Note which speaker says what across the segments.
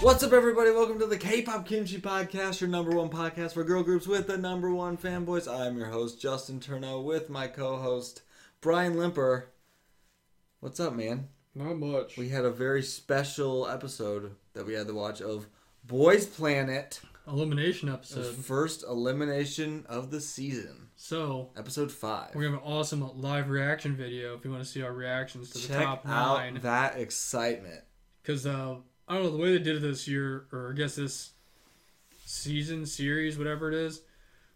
Speaker 1: What's up, everybody? Welcome to the K-pop Kimchi Podcast, your number one podcast for girl groups with the number one fanboys. I'm your host Justin Turno with my co-host Brian Limper. What's up, man?
Speaker 2: Not much.
Speaker 1: We had a very special episode that we had to watch of Boys Planet,
Speaker 3: elimination
Speaker 1: the
Speaker 3: episode.
Speaker 1: first elimination of the season,
Speaker 3: So
Speaker 1: episode five.
Speaker 3: we're gonna have an awesome live reaction video if you want to see our reactions to the
Speaker 1: Check
Speaker 3: top
Speaker 1: out
Speaker 3: nine.
Speaker 1: that excitement.
Speaker 3: Because uh, I don't know the way they did it this year, or I guess this season series, whatever it is,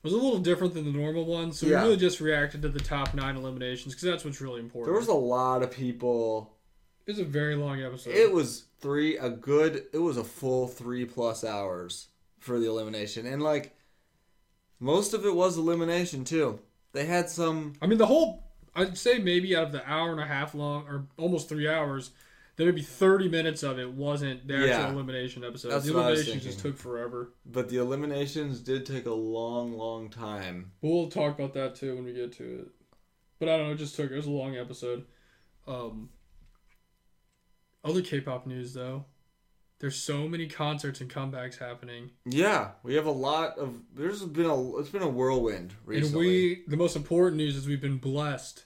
Speaker 3: was a little different than the normal one. So
Speaker 1: Yeah.
Speaker 3: we really just reacted to the top nine eliminations because that's what's really important.
Speaker 1: There was a lot of people.
Speaker 3: it was a very long episode.
Speaker 1: It was three a good it was a full three plus hours for the elimination. And like most of it was elimination too. They had some
Speaker 3: I mean, the whole I'd say maybe out of the hour and a half long, or almost three hours. There would be 30 minutes of it wasn't the actual
Speaker 1: Yeah.
Speaker 3: elimination episode.
Speaker 1: That's
Speaker 3: the
Speaker 1: what I was
Speaker 3: eliminations just
Speaker 1: thinking.
Speaker 3: took forever.
Speaker 1: but the eliminations did take a long, long time.
Speaker 3: We'll talk about that too when we get to it. But I don't know, it just took it was a long episode. Um other K-pop news though. There's so many concerts and comebacks happening.
Speaker 1: Yeah, we have a lot of there's been a it's been a whirlwind recently.
Speaker 3: And we the most important news is we've been blessed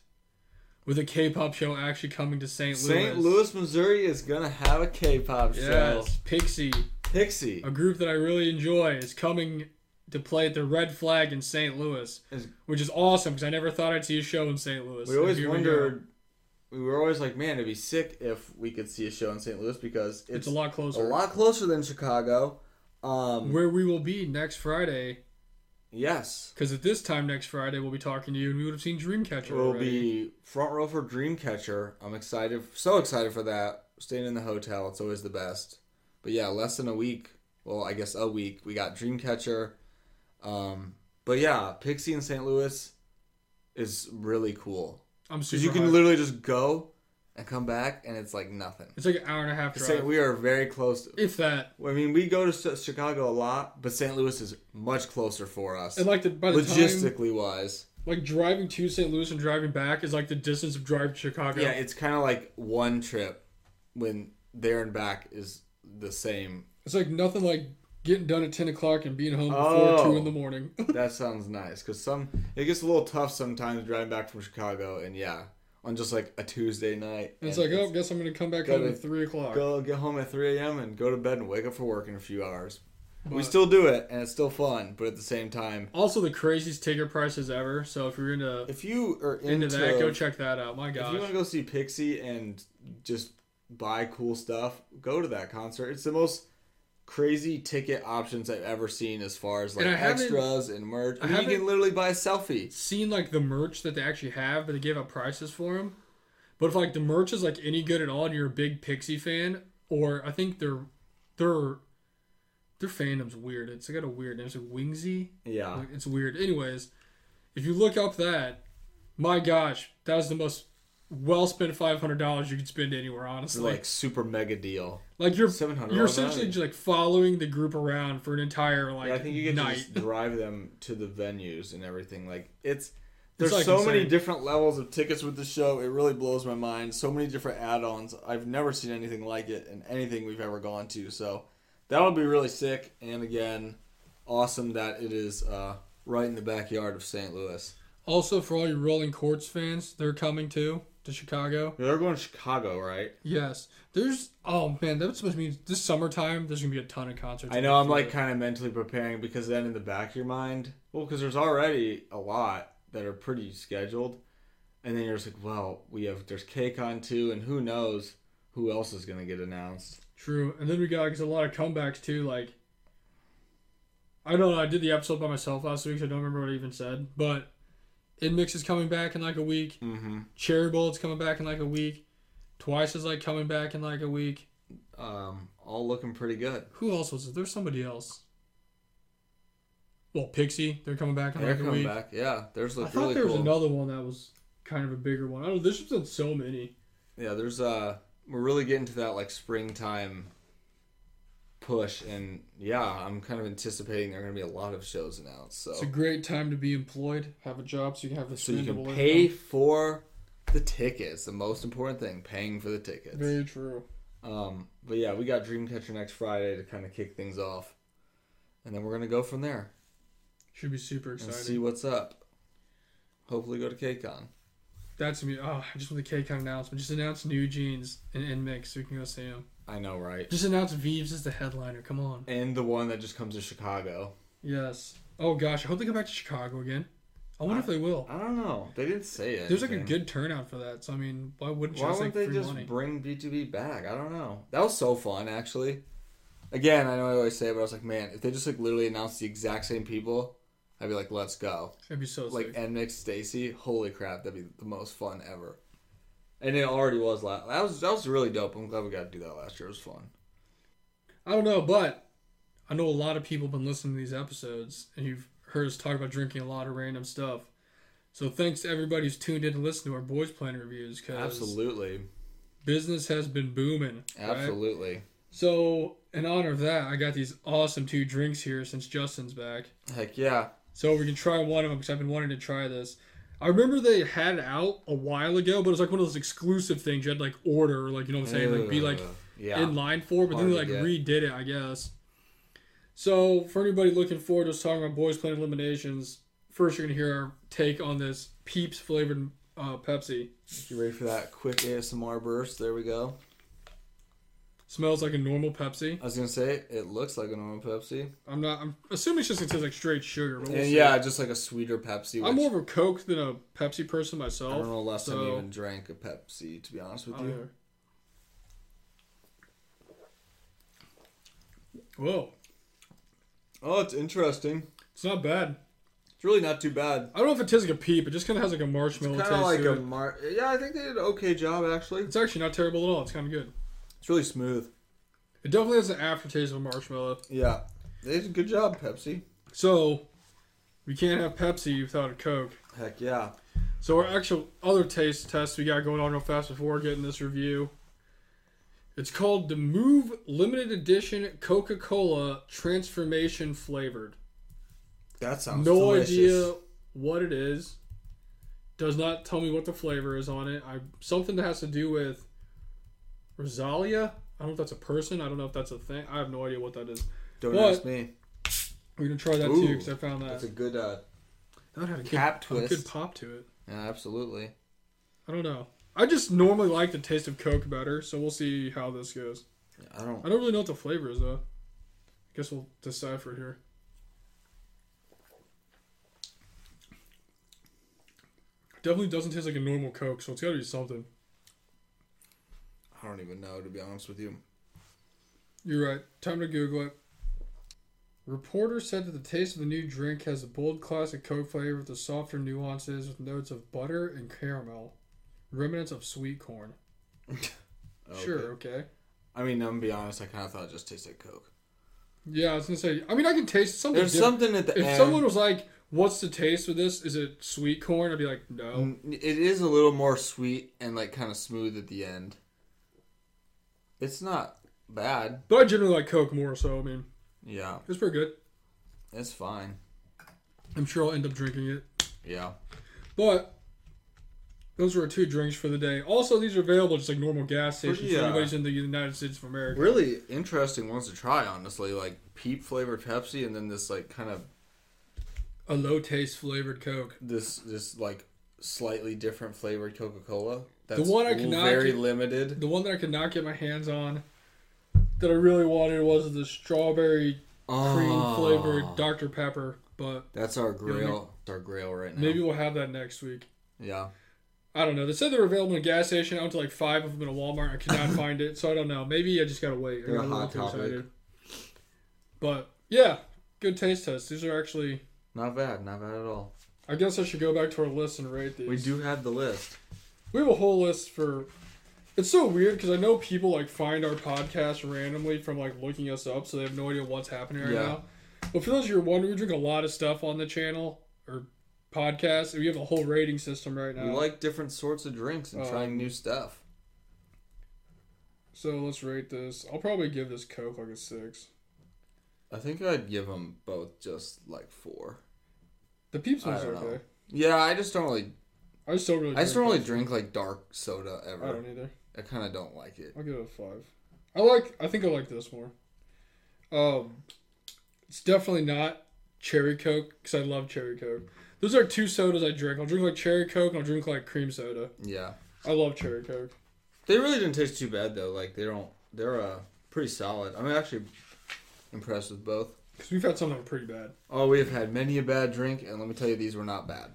Speaker 3: with a K-pop show actually coming to St. Louis.
Speaker 1: St. Louis, Missouri is gonna have a K pop show.
Speaker 3: Yes, Pixie,
Speaker 1: Pixie.
Speaker 3: a group that I really enjoy is coming to play at the Red Flag in St. Louis,
Speaker 1: Is-
Speaker 3: which is awesome because I never thought I'd see a show in St. Louis.
Speaker 1: We
Speaker 3: And
Speaker 1: always
Speaker 3: here go.
Speaker 1: wondered we were always like, man, it'd be sick if we could see a show in St. Louis because
Speaker 3: it's, a lot
Speaker 1: a
Speaker 3: closer.
Speaker 1: lot closer than Chicago. Um,
Speaker 3: where we will be next Friday.
Speaker 1: yes,
Speaker 3: Because at this time next Friday, we'll be talking to you, and we would have seen Dreamcatcher
Speaker 1: we'll
Speaker 3: already.
Speaker 1: be front row for Dreamcatcher. I'm excited, so excited for that. Staying in the hotel, it's always the best. But yeah, less than a week. Well, I guess a week. We got Dreamcatcher. Um, but yeah, Pixie in St. Louis is really cool
Speaker 3: I'm super.
Speaker 1: because you can
Speaker 3: hyped.
Speaker 1: literally just go and come back, and it's like nothing.
Speaker 3: It's like an hour and a half drive,
Speaker 1: St. We are very close. To,
Speaker 3: if that.
Speaker 1: I mean, we go to Chi- Chicago a lot, but St. Louis is much closer for us.
Speaker 3: And like the by the time,
Speaker 1: logistically wise
Speaker 3: like driving to St. Louis and driving back is like the distance of drive to Chicago.
Speaker 1: yeah it's kind of like one trip when there and back is the same
Speaker 3: it's like nothing like getting done at ten o'clock and being home before
Speaker 1: Oh.
Speaker 3: two in the morning.
Speaker 1: that sounds nice because some it gets a little tough sometimes driving back from chicago and yeah on just like a tuesday night
Speaker 3: And it's
Speaker 1: and
Speaker 3: like, oh, guess I'm gonna come back
Speaker 1: Gotta
Speaker 3: home at three o'clock.
Speaker 1: go get home at 3 a.m and go to bed and wake up for work in a few hours we
Speaker 3: But-
Speaker 1: still do it and it's still fun but at the same time
Speaker 3: Also, the craziest ticket prices ever. So if you're into
Speaker 1: if you are
Speaker 3: into
Speaker 1: into,
Speaker 3: that, go check that out. My
Speaker 1: if
Speaker 3: gosh,
Speaker 1: you want to go see Pixie and just buy cool stuff, go to that concert. It's the most crazy ticket options I've ever seen as far as like
Speaker 3: And I haven't-
Speaker 1: extras and merch. I
Speaker 3: I
Speaker 1: mean, you can
Speaker 3: haven't-
Speaker 1: literally buy a selfie.
Speaker 3: seen like the merch that they actually have, but they gave up prices for them. But if like the merch is like any good at all, and you're a big Pixie fan, or I think their their their fandom's weird. It's got a weird name. It's like Wingsy.
Speaker 1: Yeah.
Speaker 3: Like, it's weird. Anyways, if you look up that, my gosh, that was the most well spent five hundred dollars you could spend anywhere. Honestly,
Speaker 1: Like super mega deal.
Speaker 3: like you're
Speaker 1: $700
Speaker 3: you're essentially
Speaker 1: value.
Speaker 3: just like following the group around for an entire like
Speaker 1: I think you can
Speaker 3: night.
Speaker 1: just drive them to the venues and everything. Like it's there's
Speaker 3: like,
Speaker 1: so many
Speaker 3: insane.
Speaker 1: different levels of tickets with the show. It really blows my mind. So many different add-ons. I've never seen anything like it in anything we've ever gone to. So that would be really sick. And again, awesome that it is uh, right in the backyard of St. Louis.
Speaker 3: Also, for all you Rolling Quartz fans, they're coming too to Chicago.
Speaker 1: They're going to Chicago, right?
Speaker 3: Yes, there's oh man, that's supposed to mean this summertime. There's gonna be a ton of concerts.
Speaker 1: I know. I'm like kind of mentally preparing because then in the back of your mind, well, because there's already a lot that are pretty scheduled, and then you're just like, well, we have there's KCON too, and who knows who else is gonna get announced.
Speaker 3: true, and then we got 'cause a lot of comebacks too. Like, I don't know. I did the episode by myself last week, so I don't remember what I even said. But Inmix is coming back in like a week.
Speaker 1: Mm-hmm.
Speaker 3: Cherry Bullet's coming back in like a week. Twice is like coming back in like a week.
Speaker 1: Um, all looking pretty good.
Speaker 3: Who else was it? There's somebody else. Well, Pixie, they're coming back in
Speaker 1: They're
Speaker 3: like a
Speaker 1: coming
Speaker 3: week.
Speaker 1: back. Yeah, there's
Speaker 3: I
Speaker 1: look
Speaker 3: thought
Speaker 1: really
Speaker 3: there was
Speaker 1: cool.
Speaker 3: another one that was kind of a bigger one. I don't know. There's just been so many.
Speaker 1: yeah, there's uh, we're really getting to that like springtime push, and yeah, I'm kind of anticipating there are gonna be a lot of shows announced. So
Speaker 3: It's a great time to be employed, have a job, so you can have the
Speaker 1: Oh. So you can
Speaker 3: spendable
Speaker 1: pay
Speaker 3: income.
Speaker 1: for the tickets. The most important thing, paying for the tickets.
Speaker 3: Very true.
Speaker 1: Um, but yeah, we got Dreamcatcher next Friday to kind of kick things off, and then we're gonna go from there
Speaker 3: Should be super
Speaker 1: and see
Speaker 3: exciting.
Speaker 1: what's up. Hopefully, go to KCON.
Speaker 3: That's me. Oh, I just want the K kind of announcement. Just announce new jeans and, and mix so we can go see them.
Speaker 1: I know, right?
Speaker 3: Just announce Veeves as the headliner. Come on.
Speaker 1: And the one that just comes to Chicago.
Speaker 3: Yes. Oh gosh, I hope they go back to Chicago again. I wonder if they will.
Speaker 1: I don't know. They didn't say it.
Speaker 3: There's like a good turnout for that, so I mean, why wouldn't you?
Speaker 1: Why
Speaker 3: It's,
Speaker 1: wouldn't they
Speaker 3: like, free
Speaker 1: just
Speaker 3: money.
Speaker 1: bring B2B back? I don't know. That was so fun, actually. Again, I know I always say it, but I was like, man, if they just like literally announced the exact same people, I'd be like, let's go.
Speaker 3: It'd be so
Speaker 1: Like
Speaker 3: sick.
Speaker 1: Nmix Stacy, holy crap, that'd be the most fun ever. And it already was last. That was that was really dope. I'm glad we got to do that last year. It was fun.
Speaker 3: I don't know, but I know a lot of people have been listening to these episodes, and you've heard us talk about drinking a lot of random stuff. So thanks to everybody who's tuned in to listen to our boys plan reviews because
Speaker 1: Absolutely,
Speaker 3: business has been booming. Absolutely.
Speaker 1: absolutely.
Speaker 3: So in honor of that, I got these awesome two drinks here since Justin's back.
Speaker 1: Heck yeah.
Speaker 3: So we can try one of them because I've been wanting to try this. I remember they had it out a while ago, but it was like one of those exclusive things you had to like order, like you know what I'm saying, like be like
Speaker 1: Ugh. yeah.
Speaker 3: in line for. But then they
Speaker 1: Hard
Speaker 3: like
Speaker 1: to
Speaker 3: redid it, I guess. So for anybody looking forward to us talking about boys playing eliminations, first you're gonna hear our take on this Peeps flavored uh, Pepsi.
Speaker 1: you ready for that quick ASMR burst? There we go.
Speaker 3: Smells like a normal Pepsi.
Speaker 1: I was gonna say it looks like a normal Pepsi,
Speaker 3: I'm not. I'm assuming it's just it tastes like straight sugar. But we'll
Speaker 1: and
Speaker 3: see.
Speaker 1: yeah, just like a sweeter Pepsi. Which
Speaker 3: I'm more of a Coke than a Pepsi person myself.
Speaker 1: I don't know last time I
Speaker 3: so-
Speaker 1: even drank a Pepsi. To be honest with
Speaker 3: Oh,
Speaker 1: you,
Speaker 3: yeah. Whoa,
Speaker 1: oh, it's interesting.
Speaker 3: it's not bad.
Speaker 1: It's really not too bad.
Speaker 3: I don't know if it tastes like a pea, but just kind of has like a marshmallow
Speaker 1: Kind
Speaker 3: taste.
Speaker 1: of like
Speaker 3: to
Speaker 1: a
Speaker 3: it.
Speaker 1: mar. Yeah, I think they did an okay job actually.
Speaker 3: It's actually not terrible at all. It's kind of good.
Speaker 1: It's really smooth.
Speaker 3: It definitely has an aftertaste of a marshmallow.
Speaker 1: Yeah, they did a good job, Pepsi.
Speaker 3: So we can't have Pepsi without a Coke.
Speaker 1: Heck yeah.
Speaker 3: So our actual other taste test we got going on real fast before getting this review. It's called the Move Limited Edition Coca-Cola Transformation Flavored.
Speaker 1: That sounds
Speaker 3: no
Speaker 1: delicious.
Speaker 3: idea what it is. Does not tell me what the flavor is on it. I something that has to do with Rosalia. I don't know if that's a person. I don't know if that's a thing. I have no idea what that is.
Speaker 1: Don't
Speaker 3: What?
Speaker 1: ask me.
Speaker 3: We're gonna try that too
Speaker 1: Ooh,
Speaker 3: 'cause too because I found that.
Speaker 1: That's a good. uh
Speaker 3: that would have a good,
Speaker 1: cap
Speaker 3: a good
Speaker 1: twist.
Speaker 3: pop to it.
Speaker 1: Yeah, absolutely.
Speaker 3: I don't know. I just normally like the taste of Coke better, so we'll see how this goes.
Speaker 1: I don't.
Speaker 3: I don't really know what the flavor is though. Guess we'll decipher here. Definitely doesn't taste like a normal Coke, so it's got to be something.
Speaker 1: I don't even know to be honest with you.
Speaker 3: You're right. Time to Google it. Reporter said that the taste of the new drink has a bold classic Coke flavor with the softer nuances with notes of butter and caramel, remnants of sweet corn. Sure,
Speaker 1: Oh, Okay.
Speaker 3: okay.
Speaker 1: I mean, I'm gonna be honest. I kind of thought it just tasted like Coke.
Speaker 3: Yeah, I was gonna say. I mean, I can taste something.
Speaker 1: There's
Speaker 3: different.
Speaker 1: something at the
Speaker 3: If
Speaker 1: end.
Speaker 3: someone was like, "What's the taste of this? Is it sweet corn?" I'd be like, "No."
Speaker 1: Mm, It is a little more sweet and like kind of smooth at the end. It's not bad.
Speaker 3: But I generally like Coke more, so I mean,
Speaker 1: Yeah,
Speaker 3: it's pretty good.
Speaker 1: it's fine.
Speaker 3: I'm sure I'll end up drinking it.
Speaker 1: Yeah.
Speaker 3: But those were our two drinks for the day. Also, these are available just like normal gas stations.
Speaker 1: Pretty,
Speaker 3: if
Speaker 1: uh,
Speaker 3: anybody's in the United States of America.
Speaker 1: Really interesting ones to try, honestly. Like peep flavored Pepsi, and then this like kind of
Speaker 3: A low taste flavored Coke.
Speaker 1: this this like slightly different flavored Coca Cola.
Speaker 3: The one I cannot
Speaker 1: very
Speaker 3: get-
Speaker 1: limited.
Speaker 3: The one that I could not get my hands on that I really wanted was the strawberry cream flavored
Speaker 1: Oh,
Speaker 3: Dr. Pepper, but
Speaker 1: That's our
Speaker 3: Yeah,
Speaker 1: grail. It's our grail right now.
Speaker 3: maybe we'll have that next week.
Speaker 1: Yeah.
Speaker 3: I don't know. They said they were available in a gas station. I went to like five of them in a Walmart. I could not find it, so I don't know. Maybe I just gotta wait. I
Speaker 1: They're a
Speaker 3: got a little
Speaker 1: hot
Speaker 3: too
Speaker 1: topic.
Speaker 3: excited. But yeah, good taste test. These are actually.
Speaker 1: Not bad. Not bad at all.
Speaker 3: I guess I should go back to our list and rate these.
Speaker 1: We do have the list.
Speaker 3: We have a whole list for. It's so weird because I know people like find our podcast randomly from like looking us up, so they have no idea what's happening right
Speaker 1: Yeah.
Speaker 3: now. But for those of you who are wondering, we drink a lot of stuff on the channel or podcast, and we have a whole rating system right now.
Speaker 1: We like different sorts of drinks and
Speaker 3: Um,
Speaker 1: trying new stuff.
Speaker 3: so let's rate this. I'll probably give this Coke like a six.
Speaker 1: I think I'd give them both just like four.
Speaker 3: The Peeps
Speaker 1: I
Speaker 3: one's
Speaker 1: don't know.
Speaker 3: okay.
Speaker 1: Yeah, I just don't really.
Speaker 3: I just don't really.
Speaker 1: I just don't
Speaker 3: drink
Speaker 1: really drink like dark soda
Speaker 3: those. I
Speaker 1: ever.
Speaker 3: don't either.
Speaker 1: I kind of don't like it.
Speaker 3: I'll give it a five. I like. I think I like this more. Um, it's definitely not cherry coke because I love cherry coke. Those are two sodas I drink. I'll drink like cherry coke and I'll drink like cream soda.
Speaker 1: Yeah,
Speaker 3: I love cherry coke.
Speaker 1: they really didn't taste too bad though. Like they don't. They're uh, pretty solid. I'm actually impressed with both.
Speaker 3: Because we've had something pretty bad.
Speaker 1: Oh, we have had many a bad drink, and let me tell you, these were not bad.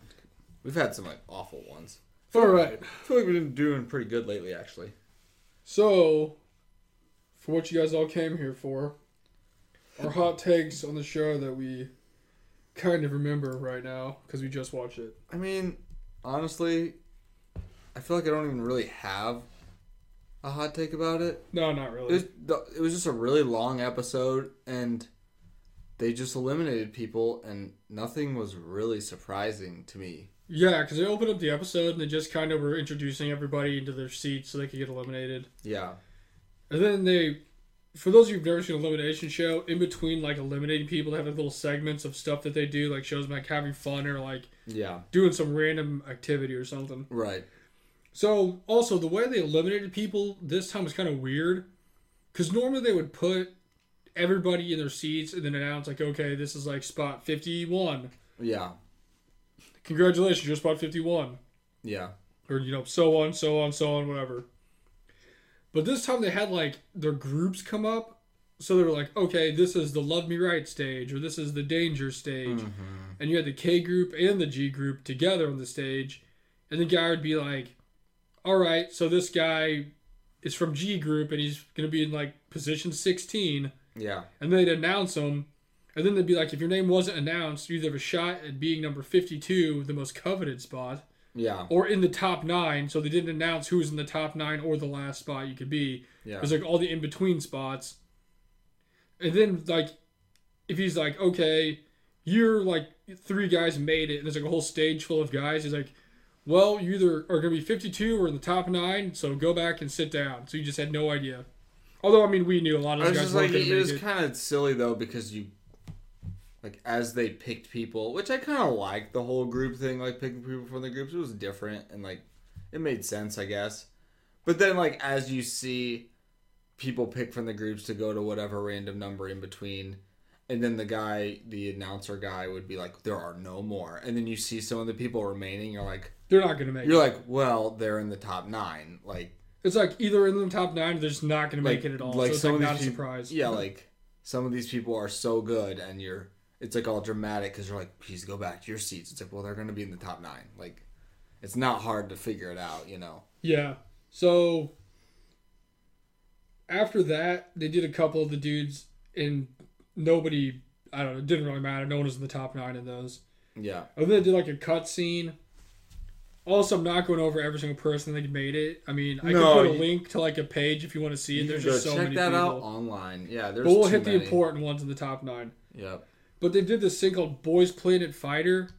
Speaker 1: We've had some like awful ones.
Speaker 3: All right.
Speaker 1: I feel like we've been doing pretty good lately, actually.
Speaker 3: So, for what you guys all came here for, our hot takes on the show that we kind of remember right now because we just watched it.
Speaker 1: I mean, honestly, I feel like I don't even really have a hot take about it.
Speaker 3: No,
Speaker 1: It
Speaker 3: not
Speaker 1: was,
Speaker 3: really.
Speaker 1: the- it was just a really long episode, and they just eliminated people, and nothing was really surprising to me.
Speaker 3: Yeah, because they opened up the episode and they just kind of were introducing everybody into their seats so they could get eliminated.
Speaker 1: Yeah,
Speaker 3: And then they, for those of you who've never seen an elimination show, in between like eliminating people, they have like them little segments of stuff that they do, like shows them like having fun or like
Speaker 1: yeah,
Speaker 3: doing some random activity or something.
Speaker 1: right.
Speaker 3: So also the way they eliminated people this time was kind of weird, because normally they would put everybody in their seats and then announce like, okay, this is like spot fifty-one.
Speaker 1: Yeah,
Speaker 3: Congratulations, you're spot fifty-one,
Speaker 1: yeah,
Speaker 3: or you know, so on, so on, so on, whatever. But this time they had like their groups come up, so they were like, okay, this is the love me right stage, or this is the danger stage, and you had the K group and the G group together on the stage, and the guy would be like, "All right, so this guy is from G group and he's gonna be in like position 16,"
Speaker 1: yeah,
Speaker 3: and then they'd announce him, and then they'd be like, "If your name wasn't announced, you either have a shot at being number 52, the most coveted spot,
Speaker 1: yeah,
Speaker 3: or in the top nine. So they didn't announce who was in the top nine or the last spot you could be.
Speaker 1: yeah,
Speaker 3: It was like all the in between spots. And then like if he's like, okay, you're like three guys made it, and there's like a whole stage full of guys, he's like, Well, you either are gonna be fifty two or in the top nine, so go back and sit down. So you just had no idea. Although I mean we knew a lot of
Speaker 1: I
Speaker 3: those
Speaker 1: was
Speaker 3: guys
Speaker 1: just
Speaker 3: were
Speaker 1: like,
Speaker 3: gonna
Speaker 1: it,
Speaker 3: make
Speaker 1: was
Speaker 3: it.
Speaker 1: kind of silly though because you, like, as they picked people, which I kind of liked the whole group thing, like picking people from the groups. It was different and like it made sense, I guess. But then, like, as you see people pick from the groups to go to whatever random number in between. And then the guy, the announcer guy, would be like, "There are no more." And then you see some of the people remaining. You're like,
Speaker 3: They're not gonna make it.
Speaker 1: you're like, well, they're in the top nine. Like,
Speaker 3: It's like either in the top nine or they're just not gonna
Speaker 1: like,
Speaker 3: make it at all.
Speaker 1: Like
Speaker 3: so it's
Speaker 1: some
Speaker 3: like
Speaker 1: of
Speaker 3: not a
Speaker 1: these people,
Speaker 3: surprise.
Speaker 1: Yeah, like some of these people are so good, and you're it's like all dramatic because you're like, please go back to your seats. It's like, well, they're going to be in the top nine. Like, it's not hard to figure it out, you know.
Speaker 3: Yeah. So after that, they did a couple of the dudes, and nobody, I don't know, it didn't really matter. No one was in the top nine in those.
Speaker 1: Yeah,
Speaker 3: And then they did like a cut scene. Also, I'm not going over every single person that made it. I mean, I
Speaker 1: No,
Speaker 3: could put a
Speaker 1: you-
Speaker 3: link to like a page if you want to see it. There's just so
Speaker 1: check
Speaker 3: many
Speaker 1: that
Speaker 3: people.
Speaker 1: out online. Yeah, there's
Speaker 3: but we'll
Speaker 1: too
Speaker 3: hit
Speaker 1: many.
Speaker 3: the important ones in the top nine.
Speaker 1: Yep.
Speaker 3: But they did this thing called Boys Planet Fighter,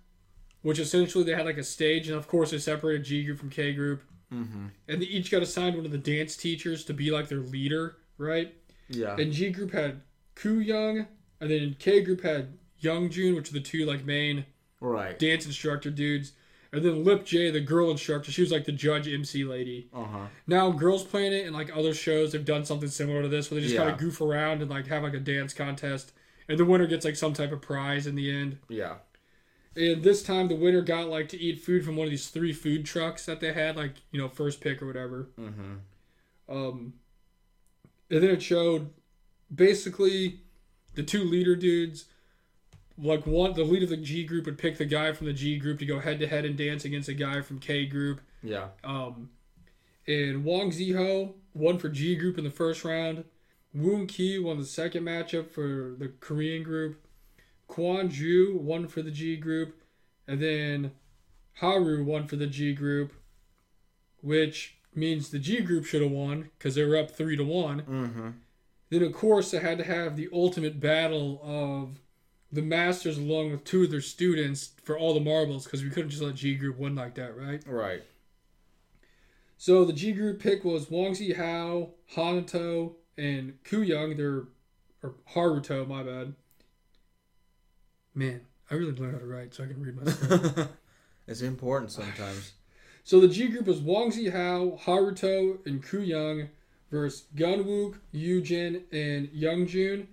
Speaker 3: which essentially they had like a stage, and of course they separated G group from K group,
Speaker 1: Mm-hmm.
Speaker 3: and they each got assigned one of the dance teachers to be like their leader, right?
Speaker 1: Uh-huh. Yeah.
Speaker 3: And G group had Ku Young, and then K group had Young Jun, which are the two like main
Speaker 1: right.
Speaker 3: dance instructor dudes, and then Lip J, the girl instructor. She was like the judge MC lady.
Speaker 1: Uh huh.
Speaker 3: Now Girls Planet and like other shows have done something similar to this, where they just kind
Speaker 1: Yeah.
Speaker 3: of goof around and like have like a dance contest, and the winner gets like some type of prize in the end.
Speaker 1: Yeah.
Speaker 3: And this time the winner got like to eat food from one of these three food trucks that they had, like, you know, first pick or whatever.
Speaker 1: Mm-hmm.
Speaker 3: Um and then it showed basically the two leader dudes like one the lead of the G group would pick the guy from the G group to go head to head and dance against a guy from K group.
Speaker 1: Yeah.
Speaker 3: Um and Wong Ziho won for G group in the first round. Woon Ki won the second matchup for the Korean group. Kwon Ju won for the G group. And then Haru won for the G group, which means the G group should have won because they were up three to one.
Speaker 1: Mm-hmm.
Speaker 3: Then, of course, they had to have the ultimate battle of the Masters along with two of their students for all the marbles because we couldn't just let G group win like that, right?
Speaker 1: Right.
Speaker 3: So the G group pick was Wong Zihao, Hanato, and Ku Young. They're or Haruto, my bad. Man, I really learned how to write so I can read my stuff.
Speaker 1: it's important sometimes.
Speaker 3: so the G group was Wong Zihao, Haruto, and Ku Young versus Gunwook, Yujin, and Youngjun.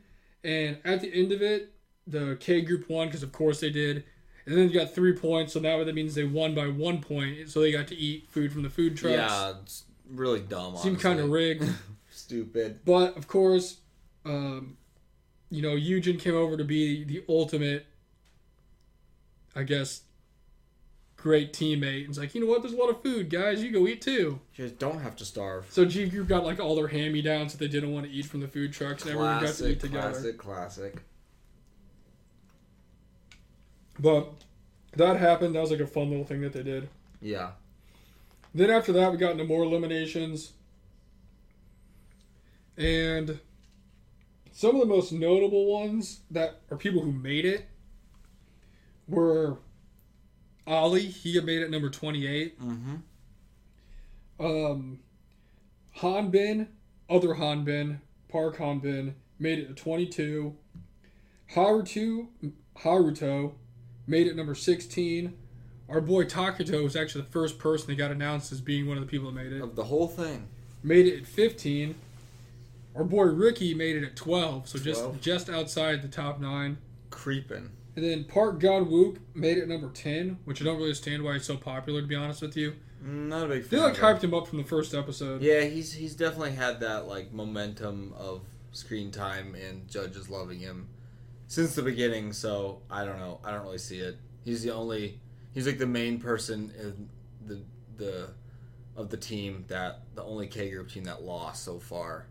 Speaker 3: And at the end of it, the K group won because of course they did. And then you got three points, so now that means they won by one point. So they got to eat food from the food trucks.
Speaker 1: Yeah, it's really dumb.
Speaker 3: seemed kind of
Speaker 1: honestly.
Speaker 3: rigged.
Speaker 1: stupid.
Speaker 3: But of course, um, you know, Eugen came over to be the ultimate, I guess, great teammate. And it's like, you know what? There's a lot of food, guys. You go eat too.
Speaker 1: You just don't have to starve.
Speaker 3: So G Group got like all their hand me downs that they didn't want to eat from the food trucks, and everyone got to
Speaker 1: Classic,
Speaker 3: eat together.
Speaker 1: classic, classic.
Speaker 3: But that happened. That was like a fun little thing that they did.
Speaker 1: Yeah,
Speaker 3: Then after that, we got into more eliminations. And some of the most notable ones that are people who made it were Ali. He made it number 28.
Speaker 1: Mhm.
Speaker 3: Um, Hanbin, other Hanbin, Park Hanbin, made it to 22. Haruto, Haruto made it number 16. Our boy Takuto was actually the first person that got announced as being one of the people that made it.
Speaker 1: of the whole thing.
Speaker 3: Made it at 15. Our boy Ricky made it at 12, so just
Speaker 1: 12.
Speaker 3: just outside the top nine.
Speaker 1: Creeping.
Speaker 3: And then Park Gunwook made it at number 10, which I don't really understand why he's so popular, to be honest with you.
Speaker 1: Not a big
Speaker 3: They
Speaker 1: fan.
Speaker 3: like
Speaker 1: of him.
Speaker 3: hyped him up from the first episode.
Speaker 1: Yeah, he's he's definitely had that like momentum of screen time and judges loving him since the beginning. So I don't know. I don't really see it. He's the only. He's like the main person in the the of the team that the only K group team that lost so far.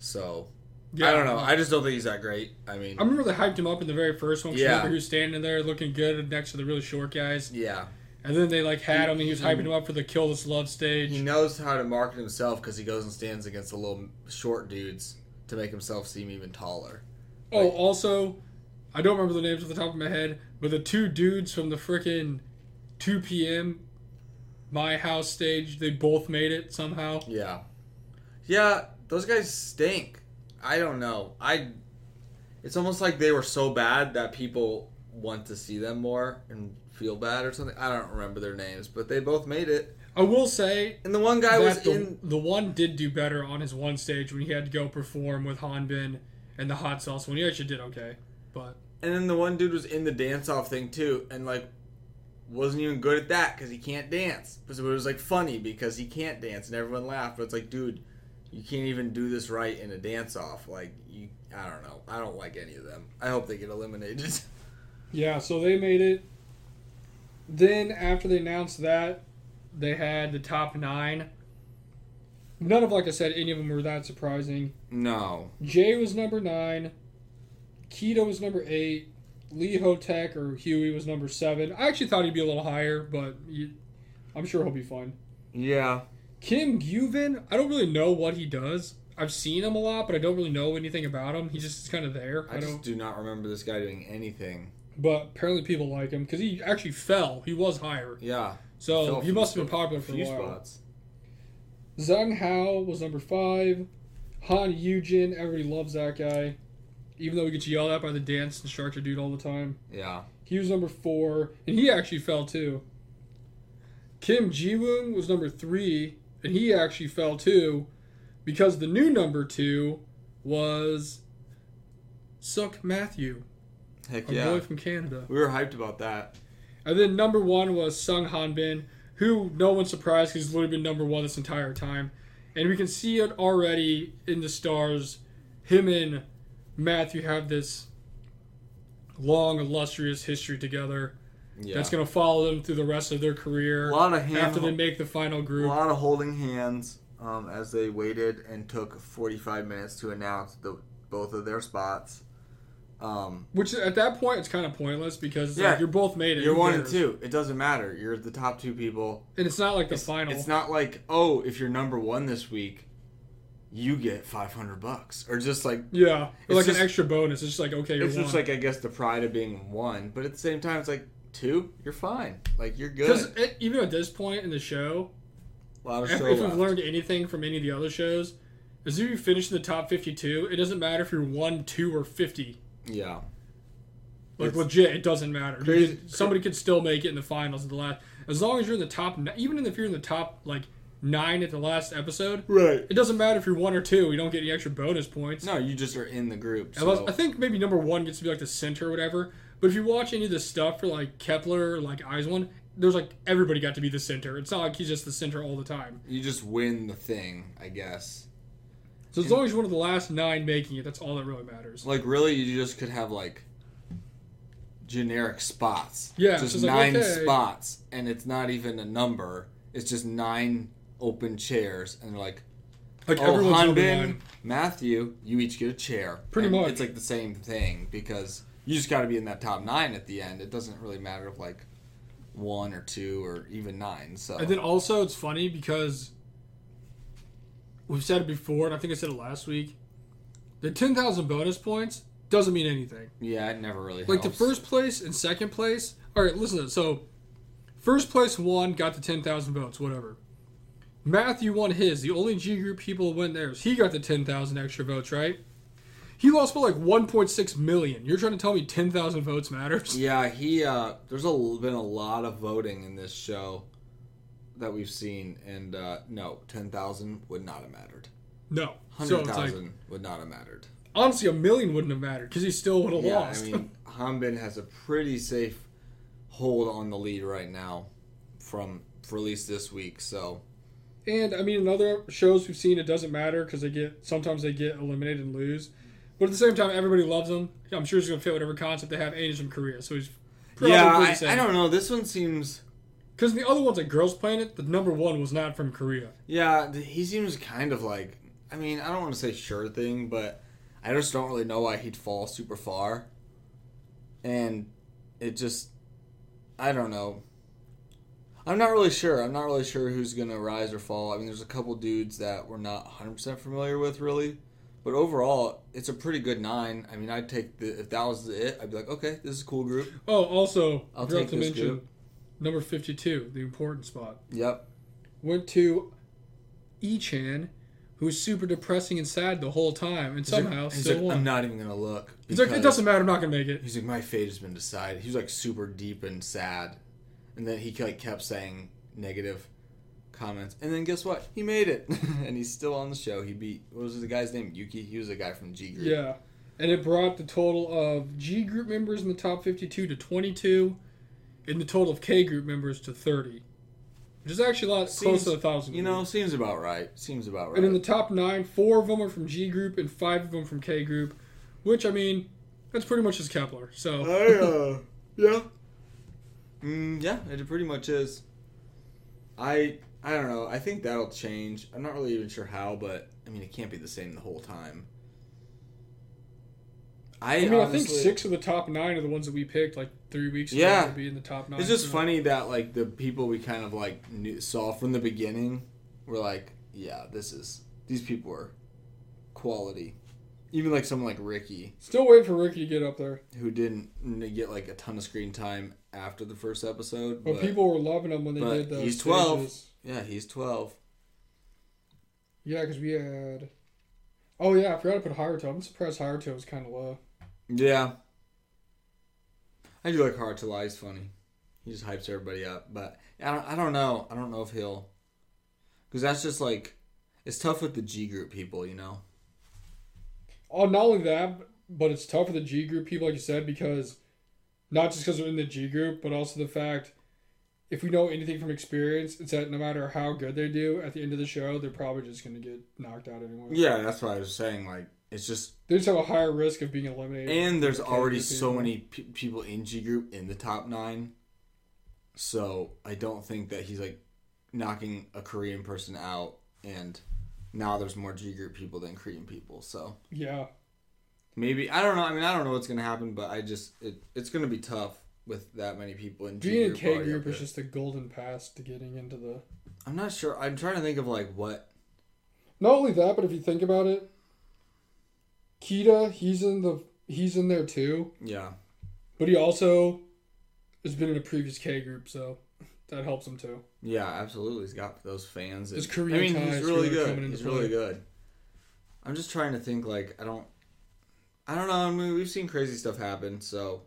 Speaker 1: So I don't know. I just don't think he's that great. I mean,
Speaker 3: I remember they hyped him up in the very first one. 'cause
Speaker 1: Yeah.
Speaker 3: Remember he was standing there looking good next to the really short guys,
Speaker 1: yeah,
Speaker 3: and then they like had him, and he was
Speaker 1: He-
Speaker 3: hyping him up for the Kill This Love stage.
Speaker 1: he knows how to market himself because he goes and stands against the little short dudes to make himself seem even taller.
Speaker 3: Oh, also, I don't remember the names off the top of my head, but the two dudes from the frickin' 2 p.m. My House stage, they both made it somehow.
Speaker 1: Yeah. Yeah, those guys stink. I don't know. I it's almost like they were so bad that people want to see them more and feel bad or something. I don't remember their names, but they both made it.
Speaker 3: I will say
Speaker 1: And the one guy
Speaker 3: that
Speaker 1: was
Speaker 3: the,
Speaker 1: in
Speaker 3: the one did do better on his one stage when he had to go perform with Hanbin and the Hot Sauce one. He actually did okay, but
Speaker 1: and then the one dude was in the dance off thing too and like wasn't even good at that cuz he can't dance. But it was like funny because he can't dance and everyone laughed, but it's like dude, you can't even do this right in a dance off. Like you I don't know. I don't like any of them. I hope they get eliminated.
Speaker 3: Yeah, so they made it. Then after they announced that, they had the top nine. None of, like I said, any of them were that surprising.
Speaker 1: no.
Speaker 3: Jay was number nine. Keto was number eight. Lee Hotek or Huey was number seven. I actually thought he'd be a little higher, but you, I'm sure he'll be fine.
Speaker 1: Yeah.
Speaker 3: Kim Guvin, I don't really know what he does. I've seen him a lot, but I don't really know anything about him. He just is kind of there. I,
Speaker 1: I
Speaker 3: don't.
Speaker 1: just do not remember this guy doing anything.
Speaker 3: But apparently people like him because he actually fell. He was higher.
Speaker 1: Yeah.
Speaker 3: So
Speaker 1: Fell
Speaker 3: he
Speaker 1: from
Speaker 3: must have been
Speaker 1: a
Speaker 3: popular for a
Speaker 1: Few
Speaker 3: while.
Speaker 1: spots.
Speaker 3: Zhang Hao was number five. Han Yujin, everybody loves that guy. Even though he gets yelled at by the dance instructor dude all the time.
Speaker 1: Yeah.
Speaker 3: He was number four, and he actually fell too. Kim Jiwoon was number three, and he actually fell too, because the new number two was Suk Matthew,
Speaker 1: Heck
Speaker 3: a boy from Canada.
Speaker 1: We were hyped about that.
Speaker 3: And then number one was Sung Hanbin, who no one's surprised 'cause he's literally been number one this entire time. And we can see it already in the stars. Him and Matthew have this long, illustrious history together
Speaker 1: Yeah.
Speaker 3: that's going to follow them through the rest of their
Speaker 1: a
Speaker 3: career
Speaker 1: lot of hand,
Speaker 3: after they make the final
Speaker 1: a
Speaker 3: group.
Speaker 1: lot of holding hands um, as they waited and took 45 minutes to announce the both of their spots. Um,
Speaker 3: Which at that point, it's kind of pointless because it's
Speaker 1: Yeah.
Speaker 3: like, you're both made it.
Speaker 1: you're
Speaker 3: who
Speaker 1: one and
Speaker 3: cares?
Speaker 1: two. It doesn't matter. You're the top two people.
Speaker 3: And it's not like the final.
Speaker 1: It's not like oh, if you're number one this week, you get 500 bucks or just like
Speaker 3: yeah.
Speaker 1: It's
Speaker 3: like
Speaker 1: just-
Speaker 3: an extra bonus. It's just like, okay, you're
Speaker 1: It's just
Speaker 3: one.
Speaker 1: like I guess the pride of being one, but at the same time, it's like two. You're fine. Like you're
Speaker 3: Because
Speaker 1: good.
Speaker 3: even at this point in the show,
Speaker 1: A lot of
Speaker 3: If,
Speaker 1: show
Speaker 3: if we've
Speaker 1: left.
Speaker 3: learned anything from any of the other shows, is if you finish in the top 52, it doesn't matter if you're 1, 2, or 50.
Speaker 1: Yeah,
Speaker 3: Like,
Speaker 1: It's-
Speaker 3: legit, it doesn't matter. You
Speaker 1: Crazy-
Speaker 3: could- somebody could still make it in the finals at the last. As long as you're in the top, ni- even if you're in the top, like, nine at the last episode,
Speaker 1: Right.
Speaker 3: it doesn't matter if you're one or two. You don't get any extra bonus points.
Speaker 1: No, you just are in the group.
Speaker 3: Unless-
Speaker 1: So.
Speaker 3: I think maybe number one gets to be like the center or whatever. But if you watch any of the stuff for like Kepler, or like Eyes One, there's like everybody got to be the center. It's not like he's just the center all the time.
Speaker 1: You just win the thing, I guess.
Speaker 3: So as long as you're one of the last nine making it, that's all that really matters.
Speaker 1: Like really, you just could have like generic spots.
Speaker 3: Yeah, it's
Speaker 1: just,
Speaker 3: just like,
Speaker 1: nine
Speaker 3: okay.
Speaker 1: spots, and it's not even a number. It's just nine open chairs, and they're like,
Speaker 3: Like
Speaker 1: oh,
Speaker 3: everyone's number
Speaker 1: Hanbin,
Speaker 3: nine.
Speaker 1: Matthew, you each get a chair.
Speaker 3: Pretty
Speaker 1: And
Speaker 3: much.
Speaker 1: it's like the same thing because you just got to be in that top nine at the end. It doesn't really matter if like one or two or even nine. So
Speaker 3: And then also, it's funny because we've said it before, and I think I said it last week. The 10,000 bonus points doesn't mean anything.
Speaker 1: yeah, it never really
Speaker 3: Like the
Speaker 1: helps.
Speaker 3: first place and second place. All right, listen. to this. So, first place won, got the 10,000 votes, whatever. Matthew won his. The only G group people who win theirs. He got the 10,000 extra votes, right? He lost by like 1.6 million. You're trying to tell me 10,000 votes matters?
Speaker 1: Yeah, he. Uh, there's a, l- been a lot of voting in this show that we've seen, and uh, no, ten thousand would not have mattered.
Speaker 3: No.
Speaker 1: Hundred
Speaker 3: So it's like,
Speaker 1: thousand would not have mattered.
Speaker 3: honestly, a million wouldn't have mattered because he still would have
Speaker 1: Yeah,
Speaker 3: lost.
Speaker 1: I mean, Hanbin has a pretty safe hold on the lead right now from release this week. So
Speaker 3: And I mean, in other shows we've seen, it doesn't matter because they get sometimes they get eliminated and lose. But at the same time, everybody loves him. I'm sure he's gonna fit whatever concept they have. And he's from Korea, so he's probably
Speaker 1: yeah,
Speaker 3: pretty
Speaker 1: I,
Speaker 3: safe.
Speaker 1: I don't know. This one seems.
Speaker 3: Because the other ones like Girls Planet, the number one was not from Korea.
Speaker 1: Yeah, th- he seems kind of like. I mean, I don't want to say sure thing, but I just don't really know why he'd fall super far. And it just. I don't know. I'm not really sure. I'm not really sure who's going to rise or fall. I mean, there's a couple dudes that we're not 100% familiar with, really. But overall, it's a pretty good nine. I mean, I'd take the. If that was it, I'd be like, okay, this is a cool group.
Speaker 3: Oh, also,
Speaker 1: I'll
Speaker 3: I forgot
Speaker 1: take
Speaker 3: to
Speaker 1: this
Speaker 3: mention
Speaker 1: group.
Speaker 3: number fifty-two, the important spot,
Speaker 1: Yep.
Speaker 3: went to E-Chan, who was super depressing and sad the whole time, and
Speaker 1: He's like-
Speaker 3: somehow
Speaker 1: he's
Speaker 3: still
Speaker 1: like,
Speaker 3: won.
Speaker 1: I'm not even going to look.
Speaker 3: he's like, it
Speaker 1: because-
Speaker 3: doesn't matter. I'm not gonna make it.
Speaker 1: He's like, my fate has been decided. He was like super deep and sad, and then he like kept saying negative comments. And then guess what? He made it, and he's still on the show. He beat what was the guy's name? Yuki. He was a guy from G Group.
Speaker 3: Yeah. And it brought the total of G group members in the top 52 to 22, and the total of K group members to 30, which is actually a lot
Speaker 1: Seems-
Speaker 3: close to a thousand.
Speaker 1: You know, uh, seems about right. Seems about right.
Speaker 3: And in the top nine, four of them are from G group and five of them from K group, which I mean, that's pretty much just Kepler. So
Speaker 1: uh, yeah. Mm, yeah, it pretty much is. I I don't know. I think that'll change. I'm not really even sure how, but I mean, it can't be the same the whole time. I,
Speaker 3: I mean,
Speaker 1: honestly,
Speaker 3: I think six of the top nine are the ones that we picked like three weeks
Speaker 1: Yeah.
Speaker 3: ago to be in the top nine.
Speaker 1: It's just
Speaker 3: so-
Speaker 1: funny that like the people we kind of like knew, saw from the beginning were like, yeah, this is these people are quality. Even like someone like Ricky
Speaker 3: Still waiting for Ricky to get up there,
Speaker 1: who didn't n- get like a ton of screen time after the first episode,
Speaker 3: but,
Speaker 1: but,
Speaker 3: people were loving him when they
Speaker 1: but
Speaker 3: did the.
Speaker 1: he's 12.
Speaker 3: stages.
Speaker 1: yeah, he's twelve.
Speaker 3: Yeah, because we had. Oh yeah, I forgot to put Haruto. I'm surprised Haruto was kind of low.
Speaker 1: Yeah, I do like Hard to Lie. He's funny. He just hypes everybody up, but I don't. I don't know. I don't know if he'll, because that's just like, it's tough with the G group people, you know.
Speaker 3: Oh, not only that, but it's tough for the G group people, like you said, because not just because they're in the G group, but also the fact if we know anything from experience, it's that no matter how good they do at the end of the show, they're probably just going to get knocked out anyway.
Speaker 1: Yeah, that's what I was saying. Like, it's just
Speaker 3: They just have a higher risk of being eliminated.
Speaker 1: And there's
Speaker 3: Okay,
Speaker 1: already
Speaker 3: good
Speaker 1: so
Speaker 3: people.
Speaker 1: many p- people in G Group in the top nine. So I don't think that he's like knocking a Korean person out. And now there's more G Group people than Korean people. So
Speaker 3: yeah.
Speaker 1: maybe, I don't know. I mean, I don't know what's going to happen, but I just, it, it's going to be tough with that many people in
Speaker 3: G
Speaker 1: G
Speaker 3: and
Speaker 1: Group.
Speaker 3: K
Speaker 1: already
Speaker 3: group
Speaker 1: up
Speaker 3: is
Speaker 1: there.
Speaker 3: just the golden pass to getting into the.
Speaker 1: I'm not sure. I'm trying to think of like what.
Speaker 3: Not only that, but if you think about it, Kita, he's in the he's in there too,
Speaker 1: Yeah.
Speaker 3: but he also has been in a previous K group, so that helps him too.
Speaker 1: Yeah, absolutely. He's got those fans.
Speaker 3: His
Speaker 1: and-
Speaker 3: Korean
Speaker 1: I mean, he's
Speaker 3: ties
Speaker 1: really
Speaker 3: really
Speaker 1: good.
Speaker 3: coming into
Speaker 1: He's really
Speaker 3: play.
Speaker 1: good. I'm just trying to think. Like, I don't, I don't know. I mean, we've seen crazy stuff happen, so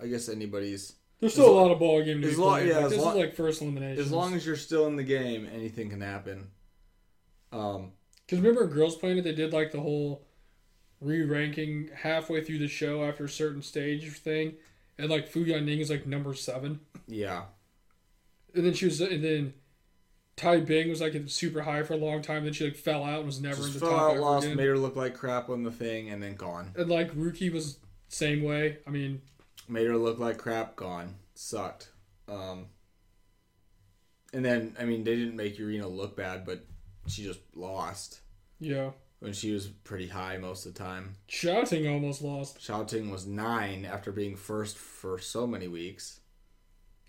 Speaker 1: I guess anybody's
Speaker 3: There's still a lot of ball game to be
Speaker 1: as lo-
Speaker 3: played.
Speaker 1: yeah,
Speaker 3: Like,
Speaker 1: as
Speaker 3: this
Speaker 1: lo-
Speaker 3: is like first elimination.
Speaker 1: As long as you're still in the game, anything can happen. Um,
Speaker 3: Because remember, in Girls Planet, they did like the whole re ranking halfway through the show after a certain stage thing. And like Fu Yanning is like number seven.
Speaker 1: yeah,
Speaker 3: And then she was, and then Tai Bing was like super high for a long time. Then she like fell out and was never in
Speaker 1: just
Speaker 3: the
Speaker 1: fell
Speaker 3: top
Speaker 1: out,
Speaker 3: ever
Speaker 1: lost,
Speaker 3: again.
Speaker 1: made her look like crap on the thing, and then gone.
Speaker 3: And like Ruki was same way. I mean,
Speaker 1: Made her look like crap, gone. Sucked. Um, and then, I mean, they didn't make Urena look bad, but she just lost
Speaker 3: yeah.
Speaker 1: when she was pretty high most of the time.
Speaker 3: Shouting almost lost
Speaker 1: Shouting was nine after being first for so many weeks.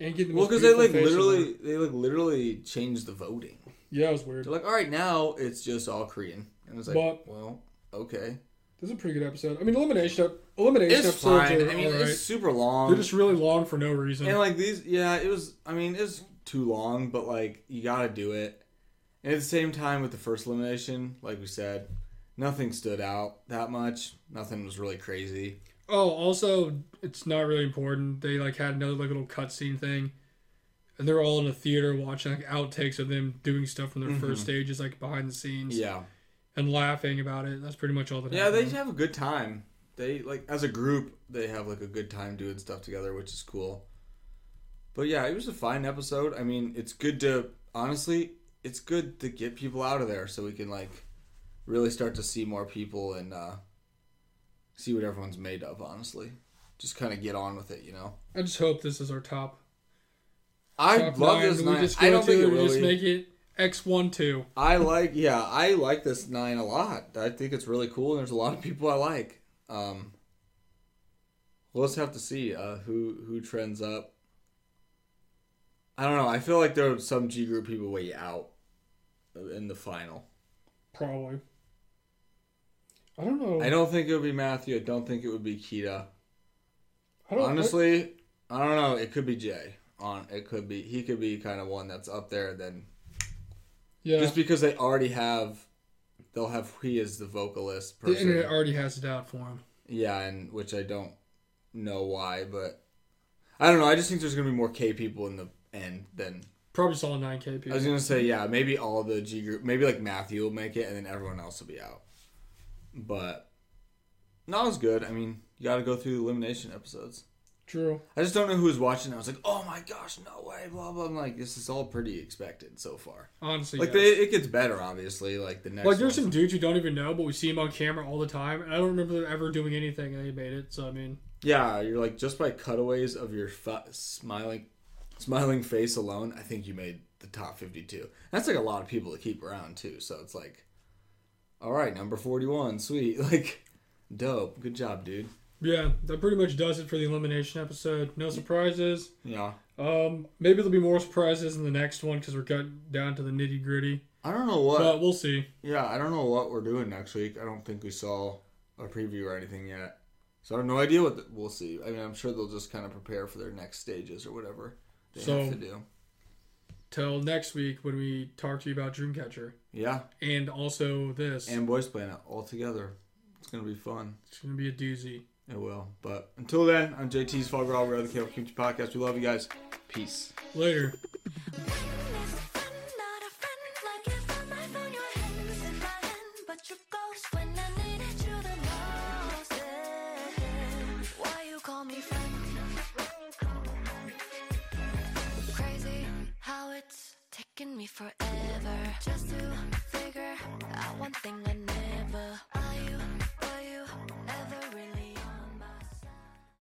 Speaker 3: and getting the
Speaker 1: Well,
Speaker 3: most
Speaker 1: because they like
Speaker 3: beautiful face in the-
Speaker 1: literally, they like literally changed the voting.
Speaker 3: yeah, it was weird.
Speaker 1: They're like, all right, now it's just all Korean, and it's like,
Speaker 3: But-
Speaker 1: well, okay,
Speaker 3: This is a pretty good episode. I mean, elimination ep- elimination
Speaker 1: it's
Speaker 3: episodes
Speaker 1: fine.
Speaker 3: are
Speaker 1: I mean,
Speaker 3: alright.
Speaker 1: it's super long.
Speaker 3: They're just really long for no reason.
Speaker 1: And like these, yeah, it was. I mean, it's too long, but like you gotta do it. And at the same time, with the first elimination, like we said, nothing stood out that much. Nothing was really crazy.
Speaker 3: Oh, also, it's not really important. They like had another like little cutscene thing, and they're all in a theater watching like outtakes of them doing stuff from their first stages, like behind the scenes,
Speaker 1: Mm-hmm. Yeah,
Speaker 3: and laughing about it. That's pretty much all that.
Speaker 1: yeah, they
Speaker 3: happened.
Speaker 1: have a good time. They like as a group, they have like a good time doing stuff together, which is cool. But yeah, it was a fine episode. I mean, it's good to honestly, it's good to get people out of there so we can like really start to see more people and uh see what everyone's made of, honestly. Just kind of get on with it, you know.
Speaker 3: I just hope this is our top.
Speaker 1: I
Speaker 3: top
Speaker 1: love
Speaker 3: nine.
Speaker 1: this
Speaker 3: Do
Speaker 1: nine.
Speaker 3: We just go
Speaker 1: I don't
Speaker 3: to
Speaker 1: think it
Speaker 3: or do we
Speaker 1: really.
Speaker 3: just make it X one two.
Speaker 1: I like, yeah, I like this nine a lot. I think it's really cool, and there's a lot of people I like. Um, we'll just have to see uh, who who trends up. I don't know. I feel like there are some G group people way out in the final.
Speaker 3: Probably. I don't know.
Speaker 1: I don't think it would be Matthew. I don't think it would be Kita.
Speaker 3: I don't,
Speaker 1: Honestly, I don't know. It could be Jay. On it could be he could be kind of one that's up there. Then
Speaker 3: yeah.
Speaker 1: just because they already have, they'll have he as the vocalist.
Speaker 3: the
Speaker 1: Person.
Speaker 3: internet already has it out for him.
Speaker 1: Yeah, and which I don't know why, but I don't know. I just think there's gonna be more K people in the end than
Speaker 3: Probably saw nine K
Speaker 1: I
Speaker 3: people.
Speaker 1: was gonna say. Yeah, maybe all the G group, maybe like Matthew will make it, and then everyone else will be out. But no, it was good. I mean, you got to go through the elimination episodes.
Speaker 3: True.
Speaker 1: I just don't know who was watching. I was like, oh my gosh, no way, blah blah. I'm like, this is all pretty expected so far.
Speaker 3: Honestly,
Speaker 1: Like,
Speaker 3: yes.
Speaker 1: they, it gets better, obviously. Like the next,
Speaker 3: Like there's
Speaker 1: ones.
Speaker 3: some dudes you don't even know, but we see them on camera all the time, and I don't remember them ever doing anything, and they made it. So I mean,
Speaker 1: Yeah, you're like just by cutaways of your fa- smiling, smiling face alone. I think you made the top fifty-two. That's like a lot of people to keep around too. So it's like, all right, number forty-one, sweet, like, dope, good job, dude.
Speaker 3: yeah, that pretty much does it for the elimination episode. No surprises.
Speaker 1: Yeah,
Speaker 3: Um, maybe there'll be more surprises in the next one because we're cutting down to the nitty gritty.
Speaker 1: I don't know what.
Speaker 3: But we'll see.
Speaker 1: yeah, I don't know what we're doing next week. I don't think we saw a preview or anything yet, so I have no idea what the, we'll see. I mean, I'm sure they'll just kind of prepare for their next stages or whatever they
Speaker 3: So-
Speaker 1: have to do.
Speaker 3: Till next week when we talk to you about Dreamcatcher
Speaker 1: Yeah,
Speaker 3: and also this.
Speaker 1: and boys playing it all together. It's gonna be fun.
Speaker 3: It's gonna be a doozy.
Speaker 1: It will. But until then, I'm JT's Fogger All We're the Cable Community Podcast. We love you guys. Peace.
Speaker 3: Later.
Speaker 2: Is a friend, not a friend. Like if I might found your hands in my hand, but your ghost when I needed you the most. yeah. Why you call me friend? Crazy how it's taken me forever just to figure out one thing I